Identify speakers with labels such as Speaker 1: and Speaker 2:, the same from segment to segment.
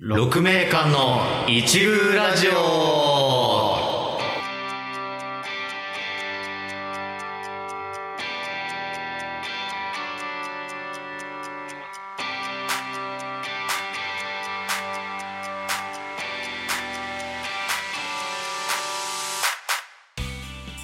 Speaker 1: 6名間の一宮ラジオ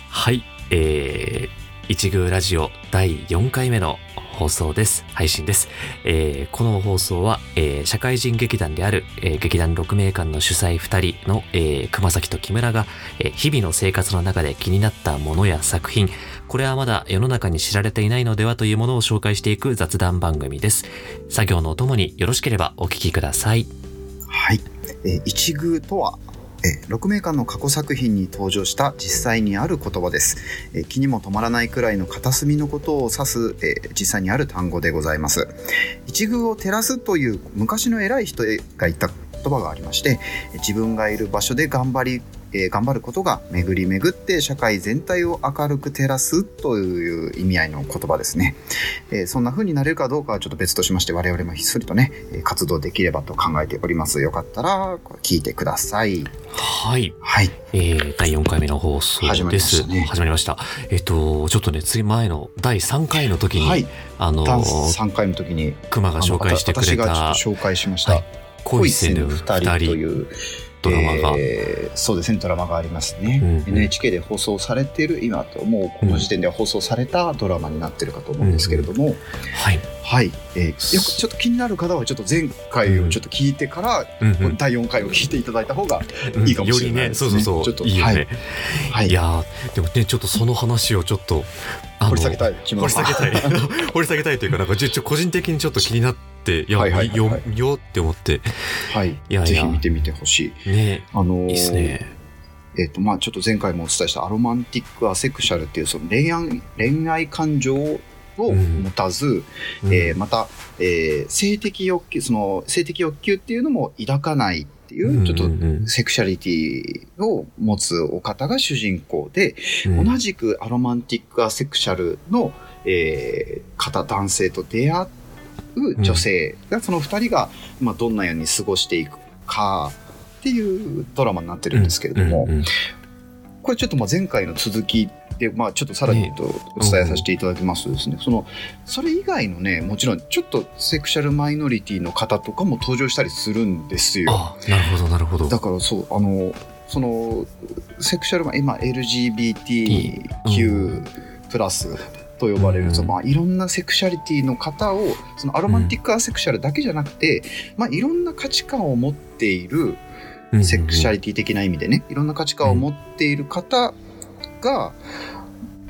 Speaker 2: はい、えー、一宮ラジオ第4回目の放送です。配信です。えーこの放送は、えー社会人劇団である、えー劇団6名館の主催2人の、えー熊崎と木村が、えー日々の生活の中で気になったものや作品、これはまだ世の中に知られていないのではというものを紹介していく雑談番組です。作業のお供によろしければお聞きください。
Speaker 3: はい、えー一宮とは、えー、6名間の過去作品に登場した実際にある言葉です、えー気にも止まらないくらいの片隅のことを指す、えー実際にある単語でございます一宮を照らすという昔の偉い人が言った言葉がありましてえー自分がいる場所で頑張りえー頑張ることが巡り巡って社会全体を明るく照らすという意味合いの言葉ですね、えーそんな風になれるかどうかはちょっと別としまして我々もひっそりとねえー活動できればと考えておりますよかったらこれ聞いてください
Speaker 2: はい。
Speaker 3: はい
Speaker 2: えー第4回目の放送です。
Speaker 3: 始まりましたね
Speaker 2: 始まりましたえっ、と、ちょっとね、次前の第3回の時に、
Speaker 3: はい
Speaker 2: あの、
Speaker 3: ダンス3回の時に
Speaker 2: 熊が紹介してくれ
Speaker 3: あの
Speaker 2: た
Speaker 3: 私がちょっと紹介しました、
Speaker 2: はい恋せぬ
Speaker 3: 恋せ
Speaker 2: 二
Speaker 3: 二人と
Speaker 2: 人
Speaker 3: いう
Speaker 2: ドラマが、
Speaker 3: えーそうですねドラマがありますね、
Speaker 2: うんうん
Speaker 3: NHK で放送されている今ともうこの時点では放送されたドラマになってるかと思うんですけれども、
Speaker 2: はい、
Speaker 3: はい、えーよくちょっと気になる方はちょっと前回をちょっと聞いてから、
Speaker 2: うん
Speaker 3: この第4回を聞いていただいた方が、
Speaker 2: うん
Speaker 3: いいかもしれない
Speaker 2: よりね
Speaker 3: です
Speaker 2: そう
Speaker 3: ね
Speaker 2: そうそう
Speaker 3: ちょっと
Speaker 2: いいよね、、
Speaker 3: はいい、
Speaker 2: やーでもねちょっとその話をちょっとあの
Speaker 3: 掘り下げたい木
Speaker 2: 掘
Speaker 3: 村
Speaker 2: り
Speaker 3: さ
Speaker 2: 下
Speaker 3: ん
Speaker 2: げたい 掘り下げたいというかなんかちょちょ個人的にちょっと気になっていや、
Speaker 3: はいはいはいはい
Speaker 2: よ見ようって思って
Speaker 3: はい
Speaker 2: いやいや
Speaker 3: ぜひ見てみてほしい
Speaker 2: ね
Speaker 3: あのー
Speaker 2: いいっすね
Speaker 3: えっとまあ、ちょっと前回もお伝えしたアロマンティック・アセクシャルっていうその恋愛恋愛感情を
Speaker 2: うん
Speaker 3: 持たず、
Speaker 2: うん
Speaker 3: えーまた、えー性的欲求その性的欲求っていうのも抱かないっていう、ちょっ
Speaker 2: う
Speaker 3: と
Speaker 2: んうん
Speaker 3: セクシャリティを持つお方が主人公で、
Speaker 2: うん
Speaker 3: 同じくアロマンティック・アセクシャルの、えー方男性と出会う女性が、その2人が、まあ、どんなように過ごしていくかっていうドラマになってるんですけれども、
Speaker 2: うんうんうん
Speaker 3: これちょっとまあ前回の続きで、まあ、ちょっとさらに言うとお伝えさせていただきますとですね、そのそれ以外のねもちろんちょっとセクシャルマイノリティの方とかも登場したりするんですよ。
Speaker 2: あなるほどなるほど
Speaker 3: だからそうあのそのセクシャルマ今 LGBTQ プラスと呼ばれる、
Speaker 2: うん
Speaker 3: そのまあ、いろんなセクシャリティの方をそのアロマンティックアセクシャルだけじゃなくて、まあ、いろんな価値観を持っているセクシャ
Speaker 2: リ
Speaker 3: リティ的な意味でねいろんな価値観を持っている方が、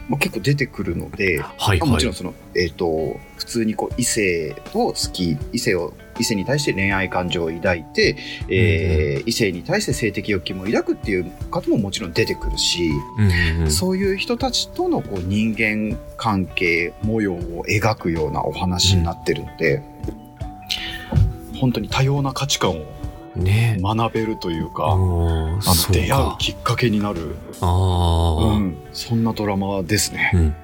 Speaker 3: まあ、結構出てくるので。
Speaker 2: はい
Speaker 3: ま
Speaker 2: はい
Speaker 3: あもちろんその、えー、と普通にこう異性を好き異性を異性に対して恋愛感情を抱いて、えー異性に対して性的欲求も抱くっていう方ももちろん出てくるし、
Speaker 2: うんうん
Speaker 3: そういう人たちとのこう人間関係模様を描くようなお話になってるので、本当に多様な価値観を
Speaker 2: うんね
Speaker 3: 学べるというか、あ
Speaker 2: あ
Speaker 3: の出会うきっかけになる、
Speaker 2: ああ
Speaker 3: う
Speaker 2: ー、
Speaker 3: ん、そんなドラマですね。
Speaker 2: うん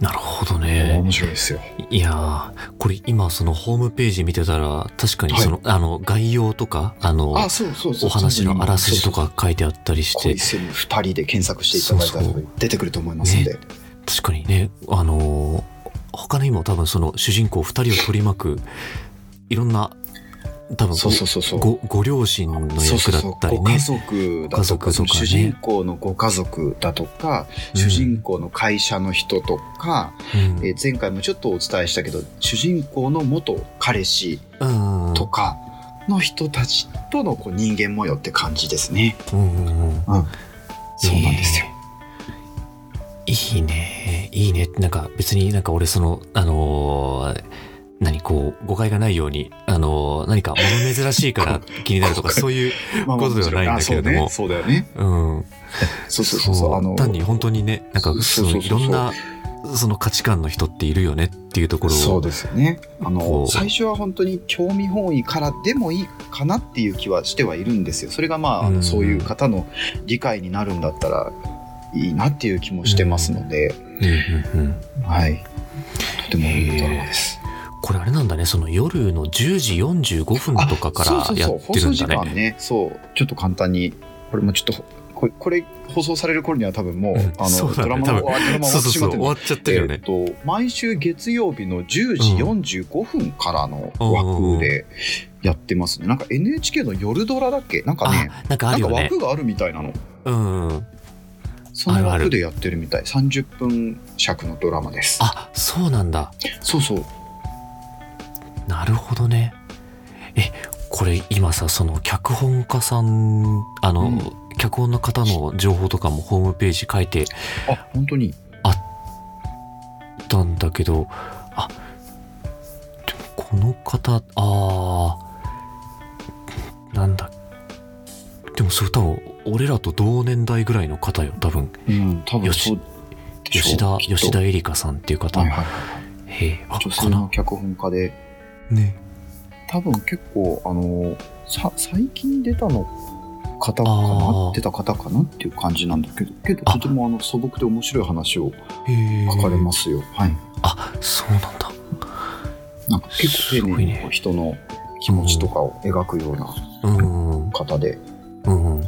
Speaker 2: なるほどね
Speaker 3: 面白いですよ。
Speaker 2: いやー、これ今そのホームページ見てたら、確かにその、あの、概要とか、あの、
Speaker 3: あ、そうそうそ
Speaker 2: お
Speaker 3: う。
Speaker 2: 話のあらすじと
Speaker 3: そうそうそう
Speaker 2: か書いてあったりして
Speaker 3: 恋、せぬ二人で検索していただいた
Speaker 2: そ
Speaker 3: ら
Speaker 2: うそう
Speaker 3: 出てくると思いますんで、
Speaker 2: 確かにね、あのー他にも多分その主人公二人を取り巻く、いろんな、多分
Speaker 3: そうそうそうそう
Speaker 2: ご、ご両親の
Speaker 3: そ
Speaker 2: 役
Speaker 3: うそう
Speaker 2: だっ
Speaker 3: そう
Speaker 2: たり
Speaker 3: ご家
Speaker 2: ね。
Speaker 3: 族
Speaker 2: ご
Speaker 3: だと
Speaker 2: 家族とかね
Speaker 3: かその主人公のご家族だとか、
Speaker 2: うん
Speaker 3: 主人公の会社の人とか、
Speaker 2: うん
Speaker 3: えー前回もちょっとお伝えしたけど主人公の元彼氏
Speaker 2: うんうん
Speaker 3: とかの人たちとのこう人間模様って感じですね。
Speaker 2: うんうんうん
Speaker 3: そうなんですよ。
Speaker 2: えー。いいね。いいね。なんか別になんか俺その、あのー何こう誤解がないように、あのー何か物珍しい から気になるとかそういう、
Speaker 3: まあ
Speaker 2: ことではないんだけれども
Speaker 3: あそうねそうだよね。
Speaker 2: うん、
Speaker 3: そうそうそうそう。あの
Speaker 2: 単に本当にねなんかそ
Speaker 3: そうそ
Speaker 2: の
Speaker 3: うそう
Speaker 2: いろんなその価値観の人っているよねっていうところを
Speaker 3: そうですよねあ
Speaker 2: こ
Speaker 3: の
Speaker 2: う
Speaker 3: 最初は本当に興味本位からでもいいかなっていう気はしてはいるんですよそれがまああ
Speaker 2: うん
Speaker 3: のそういう方の理解になるんだったらいいなっていう気もしてますので、
Speaker 2: うんうんうん
Speaker 3: はいとてもいいドラマです、
Speaker 2: これあれなんだね、その夜の10時45分とかからやってるんだ
Speaker 3: あそうそうそう放送時間
Speaker 2: ね。
Speaker 3: ねそうちょっと簡単にこれもちょっとこれこれ放送される頃には多分もう、
Speaker 2: うん
Speaker 3: あ
Speaker 2: そう
Speaker 3: の
Speaker 2: だね
Speaker 3: ドラマの
Speaker 2: 多
Speaker 3: ドラマ
Speaker 2: そ
Speaker 3: 終わ
Speaker 2: う
Speaker 3: っ
Speaker 2: そう
Speaker 3: てし
Speaker 2: そ
Speaker 3: まっ
Speaker 2: う、終
Speaker 3: てるん
Speaker 2: わ
Speaker 3: だ
Speaker 2: っちゃってるよね。
Speaker 3: えっと毎週月曜日の10時45分からの枠でやってますね、なんか NHK の夜ドラだっけなんかね
Speaker 2: あ、なんかあ
Speaker 3: なん
Speaker 2: る
Speaker 3: か
Speaker 2: よね。
Speaker 3: 枠があるみたいなの
Speaker 2: うんうん。
Speaker 3: そ
Speaker 2: あ
Speaker 3: の
Speaker 2: るある
Speaker 3: 枠でやってるみたい30分尺のドラマです
Speaker 2: あ、そうなんだ。
Speaker 3: そうそう
Speaker 2: なるほどね。え、これ今さ、その脚本家さん、あの、
Speaker 3: うん
Speaker 2: 脚本の方の情報とかもホームページ書いて
Speaker 3: あ本当に
Speaker 2: たんだけど、あ、でもこの方、あー、なんだ。でもそれ多分、俺らと同年代ぐらいの方よ、多分。
Speaker 3: うん多分
Speaker 2: 吉
Speaker 3: そうでしょ
Speaker 2: 吉田、
Speaker 3: うきっと
Speaker 2: 吉田絵里香さんっていう方。
Speaker 3: はいはい
Speaker 2: へえ、あ、
Speaker 3: 女
Speaker 2: か
Speaker 3: 性の
Speaker 2: な。
Speaker 3: 脚本家で
Speaker 2: ね。
Speaker 3: 多分結構あのさ最近出たの方か
Speaker 2: あ
Speaker 3: な
Speaker 2: ー
Speaker 3: 出た方かなっていう感じなんだけどけど
Speaker 2: あ
Speaker 3: とてもあの素朴で面白い話を
Speaker 2: へえ。
Speaker 3: 書かれますよ、はい
Speaker 2: あ、そうなんだ。
Speaker 3: なんか結構丁寧に
Speaker 2: すごいね
Speaker 3: こう人の気持ちとかを描くような
Speaker 2: うん、
Speaker 3: 方で
Speaker 2: うん。い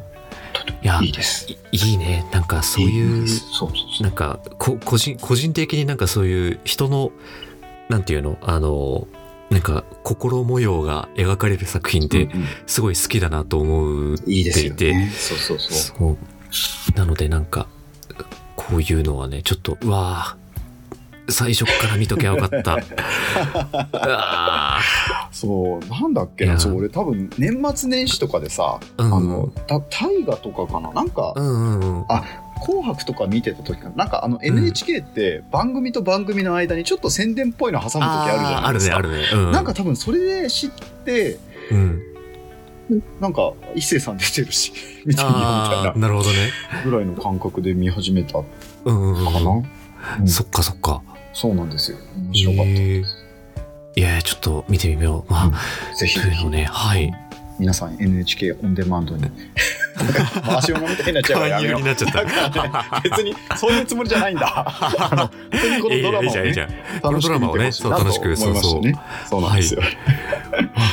Speaker 2: や、
Speaker 3: いいです
Speaker 2: いいいねなんかそうい
Speaker 3: いうですそうそうそう
Speaker 2: なんかこ個人個人的になんかそういう人のなんていうのあのなんか心模様が描かれる作品っ
Speaker 3: う
Speaker 2: て
Speaker 3: んうん
Speaker 2: すごい好きだなと思う、
Speaker 3: いいですよ
Speaker 2: でい
Speaker 3: ねそうそうそう
Speaker 2: そうなのでなんかこういうのはねちょっとうわー最初から見ときゃよかった うわ
Speaker 3: そうなんだっけ
Speaker 2: いや
Speaker 3: なそう俺多分年末年始とかでさ、
Speaker 2: ーうん
Speaker 3: あのた大河とかかななんか、
Speaker 2: うんうんうん
Speaker 3: 紅白とか見てた時かななんかあの NHK って番組と番組の間にちょっと宣伝っぽいの挟む時あるじゃ
Speaker 2: あー
Speaker 3: な
Speaker 2: あ
Speaker 3: いで
Speaker 2: る
Speaker 3: す
Speaker 2: ね
Speaker 3: か。
Speaker 2: あるねうん
Speaker 3: なんか多分それで知って
Speaker 2: うん
Speaker 3: なんか一勢さん出てるし見てみようみ
Speaker 2: あ
Speaker 3: た
Speaker 2: あ
Speaker 3: い
Speaker 2: なるほどね
Speaker 3: なぐらいの感覚で見始めたか
Speaker 2: うんうんうん
Speaker 3: な、うん
Speaker 2: そっかそっか
Speaker 3: そうなんですよ面白かったです、
Speaker 2: いやちょっと見てみよう。まあ、
Speaker 3: うんぜひ
Speaker 2: と
Speaker 3: ぜ
Speaker 2: いう
Speaker 3: ひ
Speaker 2: のね、はい。
Speaker 3: 皆さん NHK オンデマンドに回し物み たいになっちゃうからやめよう
Speaker 2: なっち ゃっ
Speaker 3: なんかね別にそういうつもりじゃないん だあの本当にこのドラマを、ね、
Speaker 2: ゃん。
Speaker 3: 楽しく見てほしいなと思いましたね。そうなんですよ。
Speaker 2: わ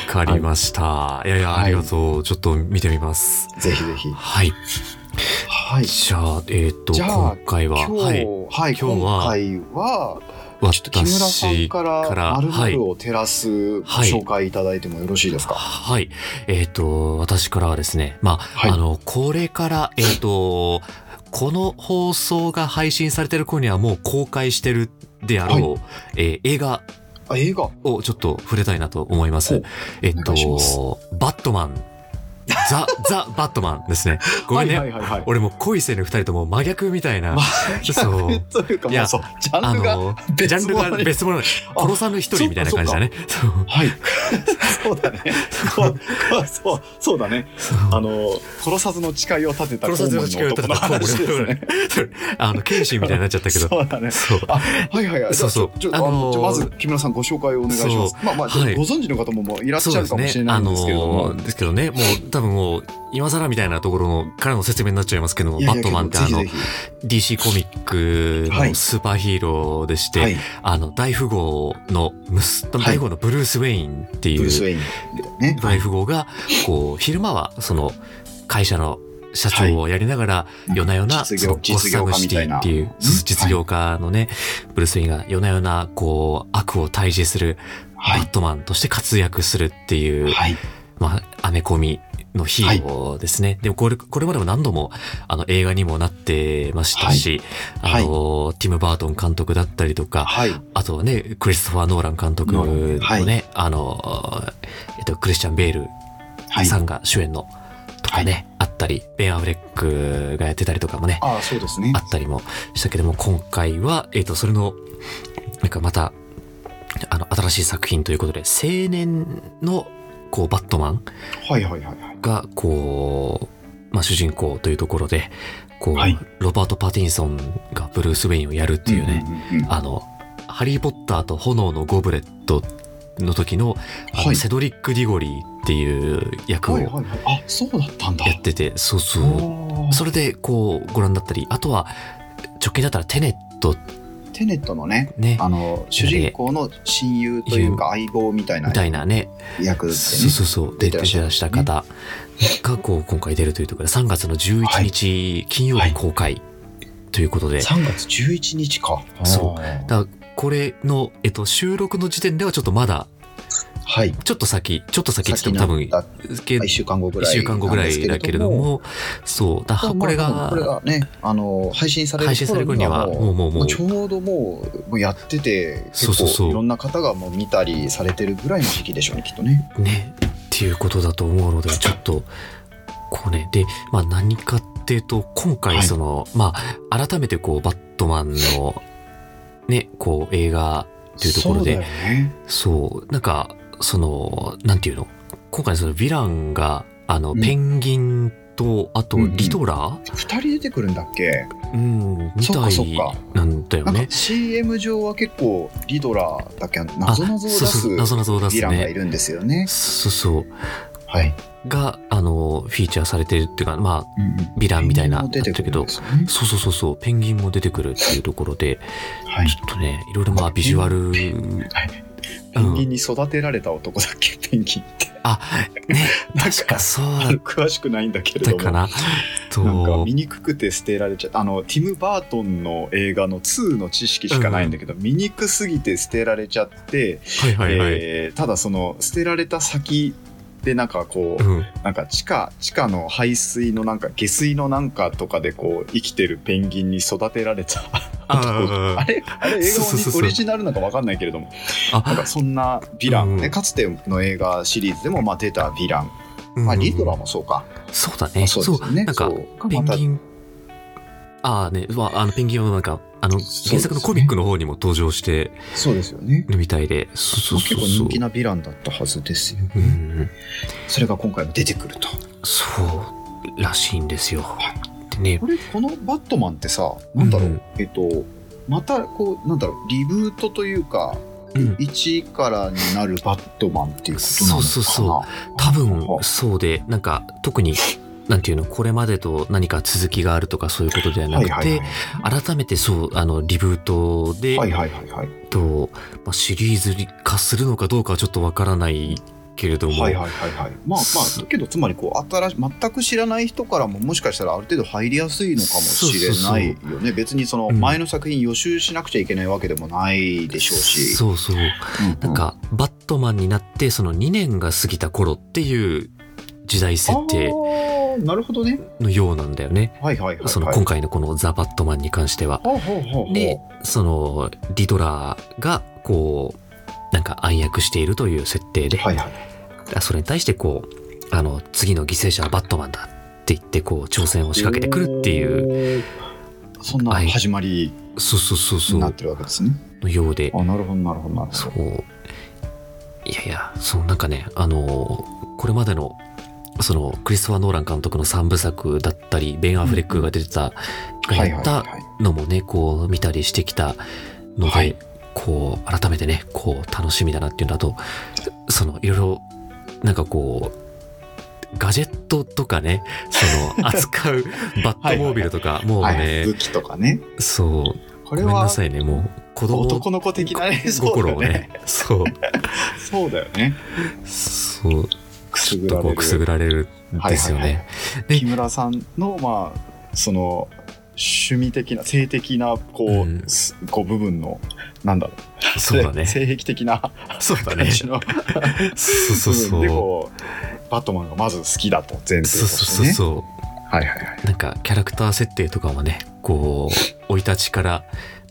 Speaker 2: かりました。いやいや、
Speaker 3: はい
Speaker 2: ありがとう。ちょっと見てみます。
Speaker 3: ぜひぜひ。
Speaker 2: はい。
Speaker 3: はい。
Speaker 2: じゃあ、えっ、と、
Speaker 3: じゃあ
Speaker 2: 今回は、
Speaker 3: 今日
Speaker 2: はい。
Speaker 3: はい、
Speaker 2: 今日は
Speaker 3: 今回は、ちょっと木村さん
Speaker 2: 私
Speaker 3: か
Speaker 2: から
Speaker 3: ら丸
Speaker 2: はい
Speaker 3: 々を照らすご紹介いただいてもよろしいですか。
Speaker 2: はい。えっ、と、私からはですね、まあ、
Speaker 3: はい
Speaker 2: あの、これから、えっ、と、この放送が配信されてる頃にはもう公開してるであろう、えー映画
Speaker 3: あ、映画。
Speaker 2: をちょっと触れたいなと思いま
Speaker 3: お
Speaker 2: す。えっ
Speaker 3: お願いしま
Speaker 2: と、バットマン。 ザ、ザ・バットマンですね。ごめんね。
Speaker 3: はいはいはいはい。
Speaker 2: 俺もう恋せぬ二人ともう真逆みたいな。そう
Speaker 3: 逆というか、
Speaker 2: い
Speaker 3: も
Speaker 2: や
Speaker 3: う そう、ジャンルが。
Speaker 2: ジャンルが
Speaker 3: 別物に
Speaker 2: 別物なの。コロさんの一人みたいな感じだね。そう
Speaker 3: はい。 そうだね。そうそう、そうだね。あの、殺さずの誓いを立てた
Speaker 2: コロさんの近い
Speaker 3: 男の話ですね。
Speaker 2: あの、剣士みたいになっちゃったけど。
Speaker 3: そうだね。
Speaker 2: そう。
Speaker 3: あはいはいはい。
Speaker 2: そうそう
Speaker 3: じゃあ
Speaker 2: あ
Speaker 3: ちょあ
Speaker 2: のー
Speaker 3: のじゃあまず木村さんご紹介をお願いします
Speaker 2: そ。
Speaker 3: まあまあ、
Speaker 2: はい
Speaker 3: ご存知の方ももういらっし
Speaker 2: そう
Speaker 3: ゃ
Speaker 2: で
Speaker 3: るか
Speaker 2: す
Speaker 3: もしれ
Speaker 2: ね。
Speaker 3: な
Speaker 2: あ
Speaker 3: いんですけれども。
Speaker 2: のー、ですけどね、もう多分もう、今更みたいなところの、からの説明になっちゃいますけども、
Speaker 3: いや
Speaker 2: バ
Speaker 3: いや
Speaker 2: ットマンってあ
Speaker 3: けど
Speaker 2: の
Speaker 3: ぜ、ひぜ
Speaker 2: DC コミックのスーパーヒーローでし
Speaker 3: ひ
Speaker 2: て
Speaker 3: は、い、
Speaker 2: あの、大富豪のむす、
Speaker 3: い
Speaker 2: 大富豪のブルース・ウェインってい
Speaker 3: ブルース・ウ
Speaker 2: う、
Speaker 3: ェインね。
Speaker 2: 大富豪が、こう、昼間は、その、会社の社長をやりながら、夜な夜な、
Speaker 3: 実
Speaker 2: その
Speaker 3: 業
Speaker 2: ゴッ
Speaker 3: 実
Speaker 2: サ
Speaker 3: 業
Speaker 2: ム
Speaker 3: 家
Speaker 2: シ
Speaker 3: み
Speaker 2: テ
Speaker 3: たい
Speaker 2: ィ
Speaker 3: な
Speaker 2: っていう、そう実業家のね、ブルース・ウェインが夜な夜な、こう、悪を退治する、
Speaker 3: はい
Speaker 2: バットマンとして活躍するっていう、
Speaker 3: はい
Speaker 2: まあ、アメコミのヒーローですね。でもこれ、これまでも何度も、あの、映画にもなってましたし、あ
Speaker 3: はい
Speaker 2: の、ティム・バートン監督だったりとか、
Speaker 3: はい
Speaker 2: あとね、クリストファー・ノーラン監督の
Speaker 3: ノ
Speaker 2: ね、
Speaker 3: ーランは
Speaker 2: あの、えっと、クリスチャン・ベール
Speaker 3: はい。
Speaker 2: さんが主演のとかね、あったり、ベン・アフレックがやってたりとかもね、
Speaker 3: ああそうですね
Speaker 2: あ。ったりもしたけども、今回は、えっと、それの、なんかまた、あの、新しい作品ということで、青年の、こう、バットマン
Speaker 3: はいはいはいはい。
Speaker 2: が、こう、まあ、主人公というところで、こう、
Speaker 3: はい
Speaker 2: ロバート・パティンソンがブルース・ウェインをやるっていうね、
Speaker 3: んうんうん。
Speaker 2: あの、ハリー・ポッターと炎のゴブレットの時の、あの
Speaker 3: はい
Speaker 2: セドリック・ディゴリーっていう役を
Speaker 3: はい
Speaker 2: や
Speaker 3: はいはい。あそうだったんだ。
Speaker 2: ってて、そうそう。
Speaker 3: おー
Speaker 2: それで、こう、ご覧になったり、あとは、直近だったらテネットっ
Speaker 3: テネットのね
Speaker 2: ね
Speaker 3: あの主人公の親友というか相棒みたいな
Speaker 2: みたいなね
Speaker 3: 役でね
Speaker 2: そうそうそう出
Speaker 3: 出
Speaker 2: て
Speaker 3: て
Speaker 2: ら
Speaker 3: ら
Speaker 2: っ
Speaker 3: っ
Speaker 2: し
Speaker 3: し
Speaker 2: ゃ
Speaker 3: ゃ
Speaker 2: い
Speaker 3: る
Speaker 2: ました方がこう今回出るというところで3月の11日金曜日公開ということで、
Speaker 3: 3月11日か
Speaker 2: そう
Speaker 1: だ
Speaker 2: だからこれの、えっと、収録の時点ではちょっとまだ
Speaker 3: はい
Speaker 2: ちょっと先ちょっと先って言っても多分け
Speaker 3: 1週間後ぐらい
Speaker 2: 1週間後ぐらいだけれどもそうだからこれ
Speaker 3: まあこれ
Speaker 2: が
Speaker 3: がねあの配信され
Speaker 2: 配
Speaker 3: る
Speaker 2: 信される頃にはもうもうも
Speaker 3: も
Speaker 2: う
Speaker 3: うちょうどもうもうやってて結
Speaker 2: そうそうそう
Speaker 3: 構いろんな方がもう見たりされてるぐらいの時期でしょうねきっとね。
Speaker 2: ねっていうことだと思うのでちょっとこうねで、まあ、何かっていうと今
Speaker 3: は
Speaker 2: 回
Speaker 3: い
Speaker 2: その、まあ改めてこうバットマンのねこう映画というところで
Speaker 3: そうだよね
Speaker 2: そうなんかそのなんていうの今回そのヴィランがあの、
Speaker 3: うん
Speaker 2: ペンギンとあと
Speaker 3: うんうん
Speaker 2: リトラ
Speaker 3: 2人出てくるんだっけ
Speaker 2: うん、み
Speaker 3: そったかそっ
Speaker 2: い
Speaker 3: か
Speaker 2: なんだよ
Speaker 3: なんか
Speaker 2: ね。
Speaker 3: CM 上は結構リドラーだっけ
Speaker 2: あ
Speaker 3: 謎謎を出
Speaker 2: そう
Speaker 3: す
Speaker 2: そう
Speaker 3: ヴ
Speaker 2: 謎々を出
Speaker 3: ィ
Speaker 2: す
Speaker 3: ランがい
Speaker 2: ね。
Speaker 3: るんですよね。
Speaker 2: そうそう
Speaker 3: はい、
Speaker 2: があのフィーチャーされてるっていうかまあ
Speaker 3: うんうん
Speaker 2: ヴィランみたいな
Speaker 3: ペンギンも出てくるんですよね
Speaker 2: そうそうそうそうペンギンも出てくるっていうところで
Speaker 3: はい
Speaker 2: ちょっとねいろいろまあビジュアル、
Speaker 3: ペンギンに育てられた男だっけペンギンって
Speaker 2: あね
Speaker 3: なんか
Speaker 2: 確かそうだっ
Speaker 3: 詳しくないんだけれ
Speaker 2: た
Speaker 3: ども
Speaker 2: かな。と
Speaker 3: なんか醜くて捨てられちゃったあのティム・バートンの映画の2の知識しかないんだけど、醜すぎて捨てられちゃって、
Speaker 2: はいはいはい。
Speaker 3: えーただその捨てられた先でなんかこう、
Speaker 2: うん
Speaker 3: なんか地下地下の排水のなんか下水のなんかとかでこう生きてるペンギンに育てら れた
Speaker 2: あ
Speaker 3: あれあれ映
Speaker 2: そうそうそうそ
Speaker 3: 画
Speaker 2: う
Speaker 3: オリジナルなのかわかんないけれどもなん
Speaker 2: あ
Speaker 3: かそんなヴィラン、
Speaker 2: うん
Speaker 3: ねかつての映画シリーズでもまあ出たヴィラン、
Speaker 2: うん
Speaker 3: まあ、リドラもそうか、
Speaker 2: そうだね。
Speaker 3: そうですね
Speaker 2: なんか
Speaker 3: そう
Speaker 2: ペンギ
Speaker 3: ま
Speaker 2: ン。ああね、まあ、あのペンギンはなんかあの
Speaker 3: すね
Speaker 2: 原作のコミックの方にも登場して
Speaker 3: たそうですよね
Speaker 2: るみたいで、そうそうそう
Speaker 3: 結
Speaker 2: そ
Speaker 3: 構
Speaker 2: う
Speaker 3: 人。気なヴィランだったはずですよ
Speaker 2: うんうん、
Speaker 3: それが今回も出てくると
Speaker 2: そうらしいんですよ。でね、
Speaker 3: これこのバットマンってさなんだろう、
Speaker 2: うん
Speaker 3: えっとまたこうなんだろうリブートというか、
Speaker 2: うん、
Speaker 3: 1からになるバットマンっていうことなの
Speaker 2: そ
Speaker 3: かな
Speaker 2: うそうそ多分そうでなんか特になんていうのこれまでと何か続きがあるとかそういうことではな
Speaker 3: はい
Speaker 2: くて、
Speaker 3: はい
Speaker 2: 改めてそうあのリブートで、
Speaker 3: はいはいはいはい
Speaker 2: とまあ、シリーズ化するのかどうかはちょっとわからないけれども、
Speaker 3: はいはいはいはいまあまあけどつまりこう新し全く知らない人からももしかしたらある程度入りやすいのかもしれないよね別にその
Speaker 2: うん
Speaker 3: 前の作品予習しなくちゃいけないわけでもないでしょうし、
Speaker 2: そうそう
Speaker 3: うう
Speaker 2: なんか、バットマンになってその2年が過ぎた頃っていう時代設定
Speaker 3: あーなるほどね
Speaker 2: のようなんだよね、
Speaker 3: はいはいはい、はい、
Speaker 2: その今回のこの「ザ・バットマン」に関しては。
Speaker 3: ほうほうほうほう
Speaker 2: でそのリドラーがこうなんか暗躍しているという設定で、
Speaker 3: はいはい
Speaker 2: あそれに対してこうあの次の犠牲者はバットマンだって言ってこう挑戦を仕掛けてくるっていう
Speaker 3: うそんな
Speaker 2: はい
Speaker 3: 始まり
Speaker 2: そうそうそうそ
Speaker 3: になっ
Speaker 2: う
Speaker 3: てるわけですね
Speaker 2: のようで
Speaker 3: あなるほどなるほどなる
Speaker 2: そ
Speaker 3: ほ
Speaker 2: ういやいやそのなんかねあのこれまでのそのクリストファー・ノーラン監督の3部作だったりベン・アフレックが出てた、
Speaker 3: ど
Speaker 2: が
Speaker 3: はい
Speaker 2: や
Speaker 3: は
Speaker 2: っ
Speaker 3: い
Speaker 2: た
Speaker 3: はい
Speaker 2: のもねこう見たりしてきたので、
Speaker 3: はい
Speaker 2: こう改めてねこう楽しみだなっていうのとそのいろいろなんかこうガジェットとかねその扱 うバットモービルとかもうね、
Speaker 3: はい武器とかね
Speaker 2: そう
Speaker 3: こ
Speaker 2: ご
Speaker 3: れ
Speaker 2: めんな
Speaker 3: は
Speaker 2: さいねもう子供
Speaker 3: 男の子的なねそうだ
Speaker 2: 心を
Speaker 3: よ
Speaker 2: ね
Speaker 3: ね
Speaker 2: そう
Speaker 3: そうだよね
Speaker 2: そう
Speaker 3: く
Speaker 2: ち
Speaker 3: す
Speaker 2: ょっ
Speaker 3: ぐ
Speaker 2: と
Speaker 3: ら
Speaker 2: こう
Speaker 3: れる
Speaker 2: くすぐられるんですよね、
Speaker 3: はいはい
Speaker 2: で
Speaker 3: 木村さんのまあその趣味的な性的なこう,
Speaker 2: うん
Speaker 3: す、こう部分のなんだろう
Speaker 2: そうだ ね
Speaker 3: 性癖的な
Speaker 2: そうだ
Speaker 3: 感
Speaker 2: ね
Speaker 3: じの
Speaker 2: そうそうそ
Speaker 3: 部
Speaker 2: う
Speaker 3: 分でこうバットマンがまず好きだと全部と
Speaker 2: そう
Speaker 3: して
Speaker 2: そう
Speaker 3: ね
Speaker 2: そう
Speaker 3: はいはいはい
Speaker 2: なんかキャラクター設定とかもねこう生い立ちから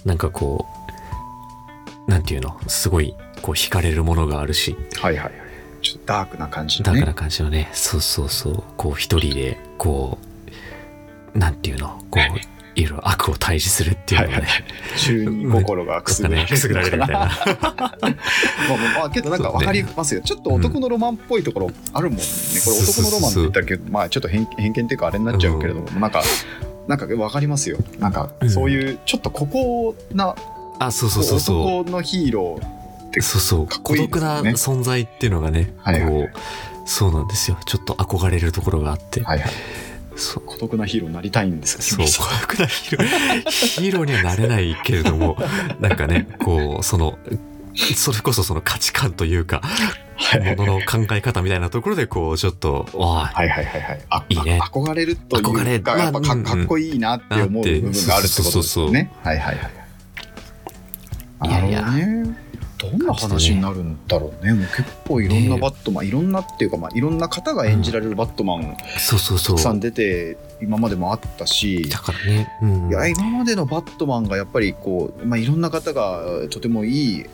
Speaker 2: なんかこうなんていうのすごいこう惹かれるものがあるし
Speaker 3: はいはいはいちょっとダークな感じの
Speaker 2: だ
Speaker 3: ね
Speaker 2: から感じのねそうそうそうこう一人でこうなんていうのこういろいろ悪を対峙するっていう のがね、
Speaker 3: はい中二心がくすぐら
Speaker 2: なんかね
Speaker 3: れる
Speaker 2: くすぐられるみたいな
Speaker 3: まあまあまあけどなんかわかりますよ、ちょっと男のロマンっぽいところあるもんね、これ男のロマンって言ったけどまあちょっと偏偏見っていうかあれになっちゃうけれども、なんかなんかわかりますよなんか
Speaker 2: うん
Speaker 3: そういうちょっと孤高な
Speaker 2: あそうそうそうそう
Speaker 3: 男のヒーローて
Speaker 2: そうそう、
Speaker 3: かっ
Speaker 2: 孤
Speaker 3: こいい
Speaker 2: 独
Speaker 3: です
Speaker 2: な
Speaker 3: よね
Speaker 2: 存在っていうのがね、
Speaker 3: はいはい
Speaker 2: こうそうなんですよちょっと憧れるところがあって、
Speaker 3: はいはい
Speaker 2: そう
Speaker 3: 孤独なヒーローになりたいんですが
Speaker 2: そう、
Speaker 3: 清水さん
Speaker 2: 孤独なヒーロー。ヒーローにはなれないけれど も、なんかね、こう、その、それこそその価値観というか、
Speaker 3: はい
Speaker 2: ものの考え方みたいなところで、こう、ちょっと、わあ、
Speaker 3: はいはいはいはいあ
Speaker 2: いいね
Speaker 3: あ憧れるという
Speaker 2: 憧れ
Speaker 3: かやっ
Speaker 2: まあ
Speaker 3: ぱか
Speaker 2: うん
Speaker 3: かっこいいなって思う部分があるってことですよねはいはいはい
Speaker 2: いやいや
Speaker 3: なるほどねどんな話になるんだろうねもう結構いろんなバットマン、いろんなっていうか、まあ、いろんな方が演じられるバットマン
Speaker 2: そうそう
Speaker 3: たく
Speaker 2: そ
Speaker 3: さん
Speaker 2: う。
Speaker 3: 出て今までもあったし
Speaker 2: だからね、うん。
Speaker 3: いや今までのバットマンがやっぱりこう、まあ、いろんな方がとてもいい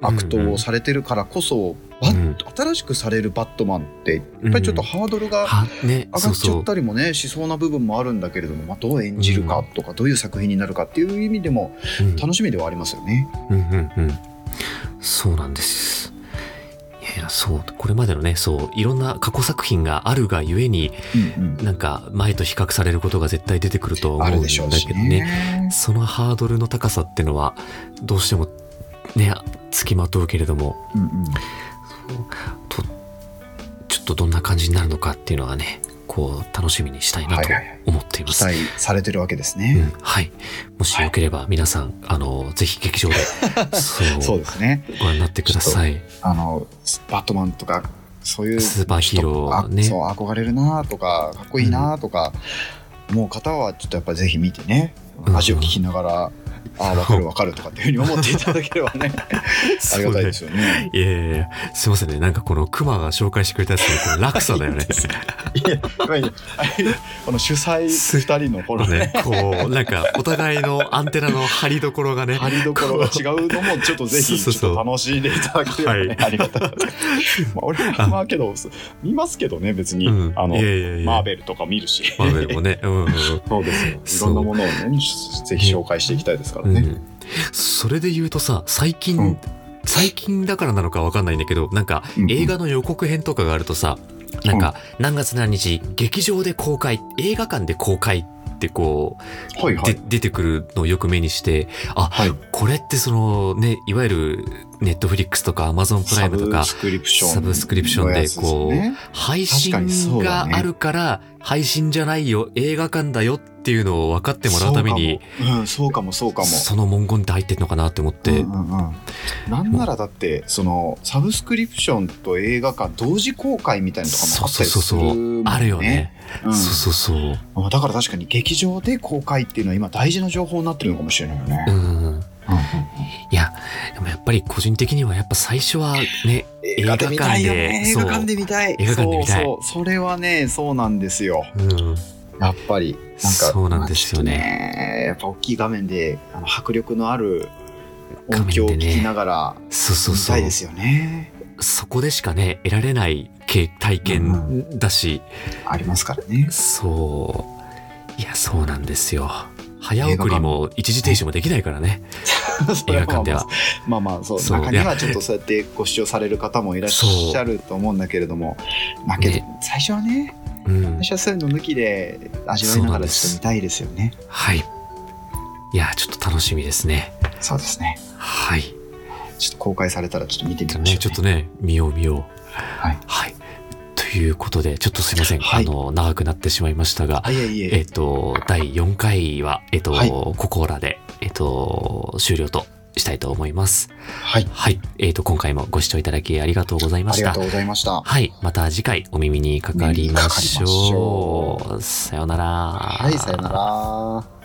Speaker 3: アクトをされてるからこそ、バッ
Speaker 2: うん
Speaker 3: 新しくされるバットマンってやっぱりちょっとハードルが
Speaker 2: は、ね、
Speaker 3: 上が
Speaker 2: そ
Speaker 3: っ
Speaker 2: う
Speaker 3: ちゃ
Speaker 2: そ
Speaker 3: っ
Speaker 2: う。
Speaker 3: たりもねしそうな部分もあるんだけれども、まあ、どう演じるかとかどういう作品になるかっていう意味でも
Speaker 2: うん
Speaker 3: 楽しみではありますよね。
Speaker 2: うんうんうん。そうなんです。いやいや、そう、これまでのね、そう、いろんな過去作品があるがゆえに、
Speaker 3: うんうん
Speaker 2: なんか前と比較されることが絶対出てくると
Speaker 3: あ
Speaker 2: 思う
Speaker 3: る
Speaker 2: んだ
Speaker 3: でしょうし
Speaker 2: けど
Speaker 3: ね。
Speaker 2: ね。そのハードルの高さってのは、どうしてもね、つきまとうけれども、
Speaker 3: うんうん
Speaker 2: とちょっとどんな感じになるのかっていうのはね、こう、楽しみにしたいな
Speaker 3: はい
Speaker 2: と
Speaker 3: はいはい
Speaker 2: 思っていま
Speaker 3: 期
Speaker 2: す。
Speaker 3: 待されてるわけです
Speaker 2: うん
Speaker 3: ね。
Speaker 2: はい。もしよければ皆さん、あの、ぜひ劇場 で、
Speaker 3: そ
Speaker 2: そうう、
Speaker 3: ですね
Speaker 2: ご覧になってください。
Speaker 3: あのバットマンとかそういう
Speaker 2: スーパーヒーローね
Speaker 3: ちょっとあそう憧れるなとかかっこいいなとか、もう方はちょっとやっぱりぜひ見てね
Speaker 2: うん
Speaker 3: ラジオ聞きながら、ああ分かる分かるとかっていうふうに思っていただければ ねありがたいですよね。
Speaker 2: いやいやいや、すいませんね。なんかこのクマが紹介してくれたやつのこの落差だよ ね。
Speaker 3: いやいやいやこの主催2人のこのね
Speaker 2: ね、こう、なんかお互いのアンテナの張りどころがね、
Speaker 3: 張りどころが違うのもちょっとぜひ
Speaker 2: そう
Speaker 3: ち
Speaker 2: そうそ
Speaker 3: ょ
Speaker 2: う
Speaker 3: っと楽しんでいただければね、 ありがたいです。まあ俺はまあけど見ますけどね別に、
Speaker 2: うん
Speaker 3: あの
Speaker 2: いやいやいや
Speaker 3: マーベルとか見るし。
Speaker 2: マーベルもね、うん、うんうん
Speaker 3: そうですよ。いろんなものをね、ぜひ紹介していきたいですから
Speaker 2: う
Speaker 3: ね。
Speaker 2: ん、それで言うとさ最近、
Speaker 3: うん
Speaker 2: 最近だからなのかわかんないんだけどなんか
Speaker 3: うんうん
Speaker 2: 映画の予告編とかがあるとさ、なんか何月何日劇場で公開映画館で公開ってこう、
Speaker 3: はいは
Speaker 2: で
Speaker 3: い。
Speaker 2: 出てくるのをよく目にしてあ、
Speaker 3: はい
Speaker 2: これってそのねいわゆるネットフリックスとかアマゾンプライムとか
Speaker 3: サブスクリプション。
Speaker 2: サブスクリプションでこう配
Speaker 3: 確かにそ
Speaker 2: 信
Speaker 3: うだね
Speaker 2: があるから配信じゃないよ映画館だよっていうのを分かってもらうために
Speaker 3: そうかも。うん、そうかも、そうかも。
Speaker 2: その文言って入ってんのかなって思って、
Speaker 3: うんうんうんなんならだって、その、サブスクリプションと映画館同時公開みたいなのとかもあ
Speaker 2: そう
Speaker 3: った
Speaker 2: そう
Speaker 3: りす
Speaker 2: そう
Speaker 3: る
Speaker 2: そう
Speaker 3: もん
Speaker 2: あるよね。、
Speaker 3: うん
Speaker 2: そうそうそう
Speaker 3: まあだから確かに劇場で公開っていうのは今大事な情報になってるのかもしれないよね
Speaker 2: う。ん
Speaker 3: うんうん
Speaker 2: いやでもやっぱり個人的にはやっぱ最初はね
Speaker 3: 映画で見たいよね。映
Speaker 2: 映画
Speaker 3: 画
Speaker 2: 館
Speaker 3: 館
Speaker 2: で
Speaker 3: で見たい。
Speaker 2: 映画館で見たい
Speaker 3: そうそう。それはね、そうなんですよ。
Speaker 2: うん
Speaker 3: やっぱりなんか
Speaker 2: そうなんですよね
Speaker 3: まあちょっとねやっぱ大きい画面であの迫力のある音響を聞きながら
Speaker 2: そうそ
Speaker 3: 見
Speaker 2: う
Speaker 3: た
Speaker 2: そ
Speaker 3: いうですよね。
Speaker 2: そこでしかね得られない経体験だし、
Speaker 3: ありますからね。
Speaker 2: そういやそうなんですよ早送りも一時停止もできないからね 映画館では
Speaker 3: まあまあそう
Speaker 2: そう
Speaker 3: 中にはちょっとそうやってご視聴される方もいらっしゃると思うんだけれども、まあけど、
Speaker 2: ね
Speaker 3: 最初はね
Speaker 2: うん
Speaker 3: 最初はそういうの抜きで味わいながらちょっと見たいですよね。
Speaker 2: はいいやちょっと楽しみですね
Speaker 3: そうですね。
Speaker 2: はい
Speaker 3: ちょっと公開されたらちょっと見てみましょう、
Speaker 2: ね、ちょっとね、見よう見よう。
Speaker 3: はい。
Speaker 2: はい。ということで、ちょっとすいません。
Speaker 3: はい
Speaker 2: あの、長くなってしまいましたが
Speaker 3: あ、いえい
Speaker 2: え
Speaker 3: え
Speaker 2: っ、と、第4回は、えっ、と、
Speaker 3: はい
Speaker 2: ここらで、えっ、と、終了としたいと思います。
Speaker 3: はい
Speaker 2: はい。えっ、と、今回もご視聴いただきありがとうございま
Speaker 3: あ
Speaker 2: し
Speaker 3: りが
Speaker 2: た
Speaker 3: と。うございました。
Speaker 2: はい。また次回お耳にかかりまし
Speaker 3: お耳にかか
Speaker 2: ょう。さようなら。
Speaker 3: はいさよなら。